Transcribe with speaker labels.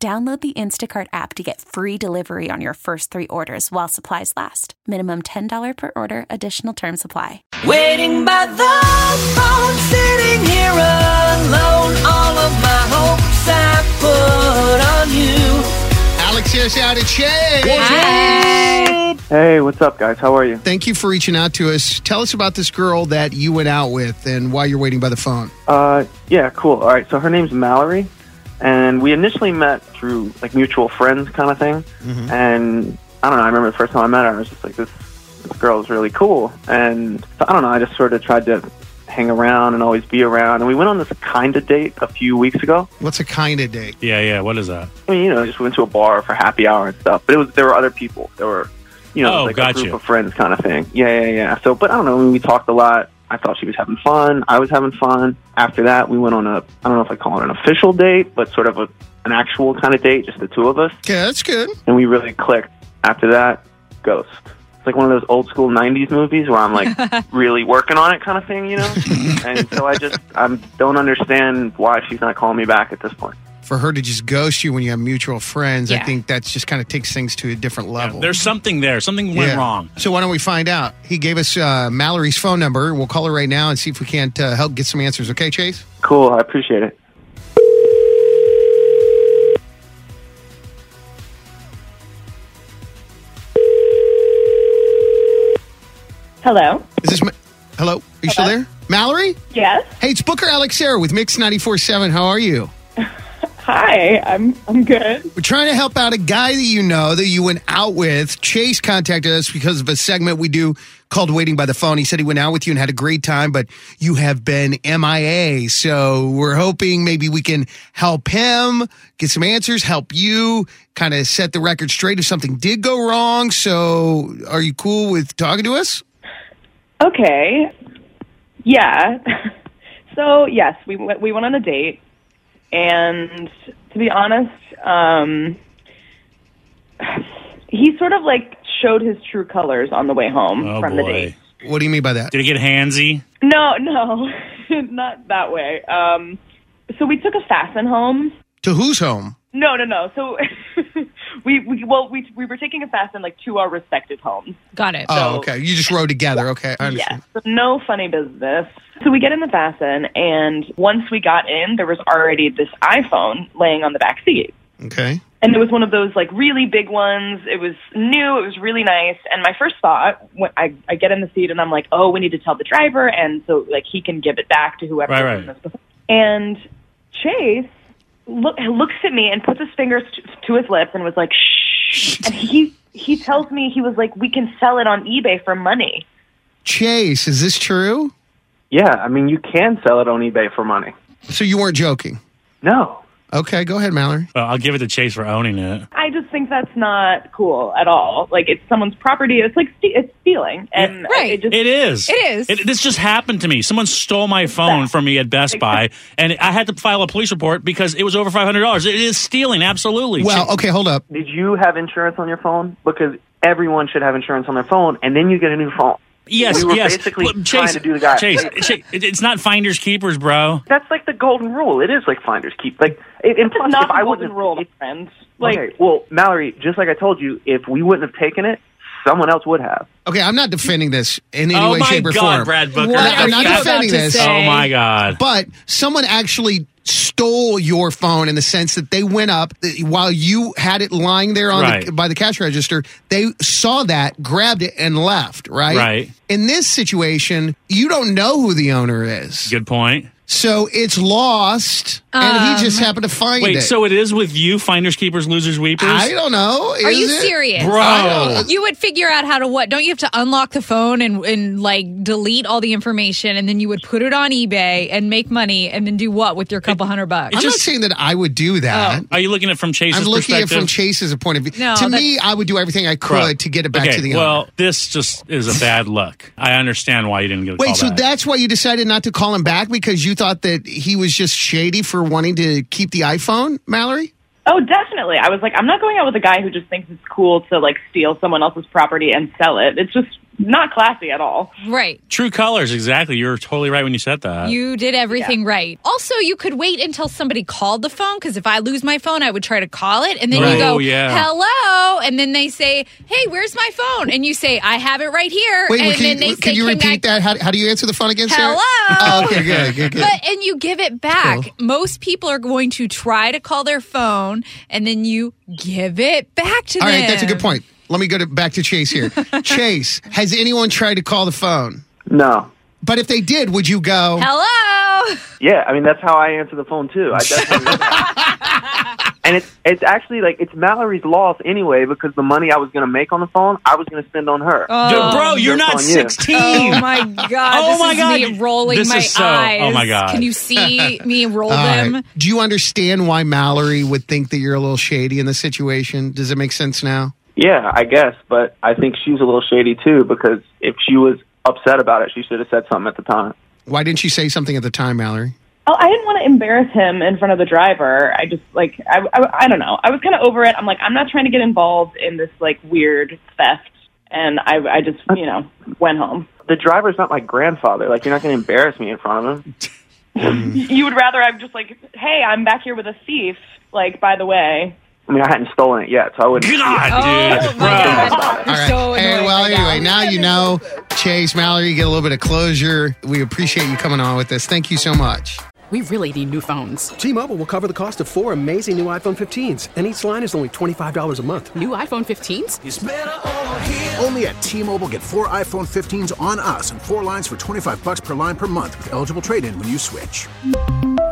Speaker 1: Download the Instacart app to get free delivery on your first three orders while supplies last. Minimum $10 per order, additional term supply.
Speaker 2: Waiting by the phone, sitting here alone. All of my hopes I put on you.
Speaker 3: Alex here, shout out to Shay.
Speaker 4: Hey, what's up, guys? How are you?
Speaker 3: Thank you for reaching out to us. Tell us about this girl that you went out with and why you're waiting by the phone.
Speaker 4: Uh, yeah, cool. All right, so her name's Mallory, and we initially met through like mutual friends kind of thing. And I don't know. I remember the first time I met her, I was just like, this this girl is really cool. And so, I don't know. I just sort of tried to hang around and always be around. And we went on this kind of date a few weeks ago.
Speaker 3: What's a kind of date?
Speaker 5: Yeah, yeah. What is that?
Speaker 4: I mean, you know, just went to a bar for happy hour and stuff. But it was there were other people. There were, you know,
Speaker 5: Oh,
Speaker 4: like a
Speaker 5: gotcha.
Speaker 4: group of friends kind of thing. Yeah, yeah, yeah. So, but I don't know. I mean, we talked a lot. I thought she was having fun. I was having fun. After that, we went on a I don't know if I call it an official date, but sort of a an actual kind of date, just the two of us,
Speaker 3: Okay, that's good.
Speaker 4: and we really clicked. After that, Ghost. It's like one of those old school '90s movies where I'm like really working on it, kind of thing, you know. and so I just I don't understand why she's not calling me back at this point.
Speaker 3: For her to just ghost you when you have mutual friends, I
Speaker 6: Yeah.
Speaker 3: think that's just kind of takes things to a different level.
Speaker 5: There's something there. Something went
Speaker 3: Yeah.
Speaker 5: wrong.
Speaker 3: So why don't we find out? He gave us uh, Mallory's phone number. We'll call her right now and see if we can't uh, help get some answers. Okay, Chase?
Speaker 4: Cool. I appreciate it.
Speaker 7: Hello.
Speaker 3: Is this Ma- hello? Are you still there, Mallory?
Speaker 7: Yes.
Speaker 3: Hey, it's Booker Alex Sarah with Mix 94.7. How are you?
Speaker 7: Hi. I'm I'm good.
Speaker 3: We're trying to help out a guy that you know that you went out with. Chase contacted us because of a segment we do called Waiting by the Phone. He said he went out with you and had a great time, but you have been MIA. So we're hoping maybe we can help him get some answers, help you kind of set the record straight if something did go wrong. So are you cool with talking to us?
Speaker 7: Okay. Yeah. so yes, we went, we went on a date, and to be honest, um, he sort of like showed his true colors on the way home
Speaker 5: Oh
Speaker 7: from
Speaker 5: boy.
Speaker 7: the date.
Speaker 3: What do you mean by that?
Speaker 5: Did it get handsy?
Speaker 7: No, no, not that way. Um, so we took a fasten home.
Speaker 3: To whose home?
Speaker 7: No, no, no. So we, we well we we were taking a fasten like to our respective homes.
Speaker 6: Got it.
Speaker 3: Oh,
Speaker 7: So-
Speaker 3: okay. You just rode together. Okay. I
Speaker 7: Yes.
Speaker 3: understand.
Speaker 7: No funny business. So we get in the fasten, and once we got in, there was already this iPhone laying on the back seat.
Speaker 3: Okay.
Speaker 7: And it was one of those like really big ones. It was new. It was really nice. And my first thought, when I, I get in the seat and I'm like, oh, we need to tell the driver, and so like he can give it back to whoever.
Speaker 5: Right, right.
Speaker 7: was in this- And Chase look, looks at me and puts his fingers t- to his lips and was like, shh. And he he tells me he was like, we can sell it on eBay for money.
Speaker 3: Chase, is this true?
Speaker 4: Yeah, I mean, you can sell it on eBay for money.
Speaker 3: So you weren't joking.
Speaker 4: No.
Speaker 3: Okay, go ahead, Mallory.
Speaker 5: Well, I'll give it to Chase for owning it.
Speaker 7: I just think that's not cool at all. Like it's someone's property. It's like ste- it's stealing, and
Speaker 4: Mm,
Speaker 6: Right.
Speaker 7: It just
Speaker 5: It is.
Speaker 6: It is.
Speaker 5: It, this just happened to me. Someone stole my phone from me at Best Buy, and I had to file a police report because it was over five hundred dollars. It is stealing, absolutely.
Speaker 3: Well, okay, hold up.
Speaker 4: Did you have insurance on your phone? Because everyone should have insurance on their phone, and then you get a new phone.
Speaker 5: yes,
Speaker 4: we were
Speaker 5: yes.
Speaker 4: basically
Speaker 5: Look, Chase,
Speaker 4: trying to do the guy.
Speaker 5: Chase, Chase, it- it's not finders keepers, bro.
Speaker 4: That's like the golden rule. It is like finders keep. Like, it, and
Speaker 7: it's
Speaker 4: plus,
Speaker 7: not
Speaker 4: if I
Speaker 7: the golden
Speaker 4: wouldn't
Speaker 7: rule, my
Speaker 4: it-
Speaker 7: friend. Like
Speaker 4: okay, well, Mallory, just like I told you, if we wouldn't have taken it, someone else would have.
Speaker 3: Okay, I'm not defending this in any
Speaker 5: oh
Speaker 3: way,
Speaker 5: my
Speaker 3: shape, or
Speaker 5: God,
Speaker 3: form.
Speaker 5: Brad Booker.
Speaker 6: What
Speaker 3: I'm not
Speaker 6: are you about
Speaker 3: defending
Speaker 6: to
Speaker 3: this.
Speaker 6: say?
Speaker 5: Oh my God.
Speaker 3: But someone actually stole your phone in the sense that they went up uh, while you had it lying there on the,
Speaker 5: Right.
Speaker 3: by the cash register. They saw that, grabbed it, and left. Right.
Speaker 5: Right.
Speaker 3: In this situation, you don't know who the owner is,
Speaker 5: Good point.
Speaker 3: so it's lost. and he
Speaker 6: Um,
Speaker 3: just happened to find
Speaker 5: Wait,
Speaker 3: it.
Speaker 5: so it is with you, finders, keepers, losers, weepers?
Speaker 3: I don't know.
Speaker 6: Are
Speaker 3: is
Speaker 6: you
Speaker 3: it?
Speaker 6: serious?
Speaker 5: Bro.
Speaker 6: You would figure out how to what? Don't you have to unlock the phone and, and like delete all the information and then you would put it on eBay and make money and then do what with your couple hundred bucks?
Speaker 3: I'm
Speaker 5: just-
Speaker 3: not saying that I would do
Speaker 6: Oh.
Speaker 3: that.
Speaker 5: Are you looking at it from Chase's
Speaker 3: I'm looking at it
Speaker 5: perspective?
Speaker 3: from Chase's point of view.
Speaker 6: No,
Speaker 3: to
Speaker 6: that's-
Speaker 3: me, I would do everything I could
Speaker 5: Bro.
Speaker 3: to get it back
Speaker 5: Okay,
Speaker 3: to the
Speaker 5: Well,
Speaker 3: owner.
Speaker 5: this just is a bad look. I understand why you didn't get a call
Speaker 3: Wait, so
Speaker 5: back.
Speaker 3: that's why you decided not to call him back because you thought that he was just shady for wanting to keep the iPhone, Mallory?
Speaker 7: Oh, definitely. I was like, I'm not going out with a guy who just thinks it's cool to like steal someone else's property and sell it. It's just not classy at all.
Speaker 6: right.
Speaker 5: True colors, exactly. You're totally right when you said that.
Speaker 6: You did everything right. Also, you could wait until somebody called the phone because if I lose my phone, I would try to call it. And then
Speaker 5: Right.
Speaker 6: you go,
Speaker 5: Oh, yeah.
Speaker 6: hello. And then they say, hey, where's my phone? And you say, I have it right here.
Speaker 3: Wait,
Speaker 6: and
Speaker 3: can,
Speaker 6: then they
Speaker 3: you- uh,
Speaker 6: say,
Speaker 3: can you repeat
Speaker 6: I-"
Speaker 3: that? How, how do you answer the phone again, Sarah?
Speaker 6: Hello?
Speaker 3: Oh, okay, good, good, good.
Speaker 6: But and you give it back. Most people are going to try to call their phone, and then you give it back to
Speaker 3: All
Speaker 6: them.
Speaker 3: right, that's a good point. Let me go to, back to Chase here. Chase, has anyone tried to call the phone?
Speaker 4: No.
Speaker 3: But if they did, would you go?
Speaker 6: Hello.
Speaker 4: Yeah, I mean that's how I answer the phone too. I definitely. and it's it's actually like it's Mallory's loss anyway because the money I was going to make on the phone I was going to spend on her.
Speaker 5: Dude, bro, you're
Speaker 4: That's
Speaker 5: not
Speaker 4: on you.
Speaker 5: 16.
Speaker 6: um, Oh my god!
Speaker 5: Oh
Speaker 6: this
Speaker 5: my
Speaker 6: is
Speaker 5: God.
Speaker 6: Me rolling
Speaker 5: This
Speaker 6: my
Speaker 5: is so- oh
Speaker 6: eyes.
Speaker 5: my God.
Speaker 6: Can you see me roll
Speaker 3: All
Speaker 6: them?
Speaker 3: right. Do you understand why Mallory would think that you're a little shady in this situation? Does it make sense now?
Speaker 4: Yeah, I guess, but I think she's a little shady too because if she was upset about it, she should have said something at the time.
Speaker 3: Why didn't you say something at the time, Mallory?
Speaker 7: Oh, I didn't want to embarrass him in front of the driver. I just like I I, I don't know. I was kind of over it. I'm like I'm not trying to get involved in this like weird theft, and I I just you know went home.
Speaker 4: The driver's not my grandfather. Like you're not going to embarrass me in front of him.
Speaker 7: You would rather I'm just like hey I'm back here with a thief. Like by the way,
Speaker 4: I mean, I hadn't stolen it yet, so I wouldn't.
Speaker 8: Oh,
Speaker 5: God, dude.
Speaker 6: Oh my
Speaker 5: bro.
Speaker 6: God. You're
Speaker 3: All right.
Speaker 6: so
Speaker 3: hey,
Speaker 6: annoying
Speaker 3: well,
Speaker 6: right
Speaker 3: anyway,
Speaker 6: now.
Speaker 3: now you know, Chase, Mallory, you get a little bit of closure. We appreciate you coming on with us. Thank you so much.
Speaker 8: We really need new phones.
Speaker 9: T-Mobile will cover the cost of four amazing new iPhone 15s, and each line is only $25 a month.
Speaker 8: New iPhone 15s?
Speaker 10: Only at T-Mobile, get four iPhone 15s on us and four lines for 25 bucks per line per month with eligible trade-in when you switch.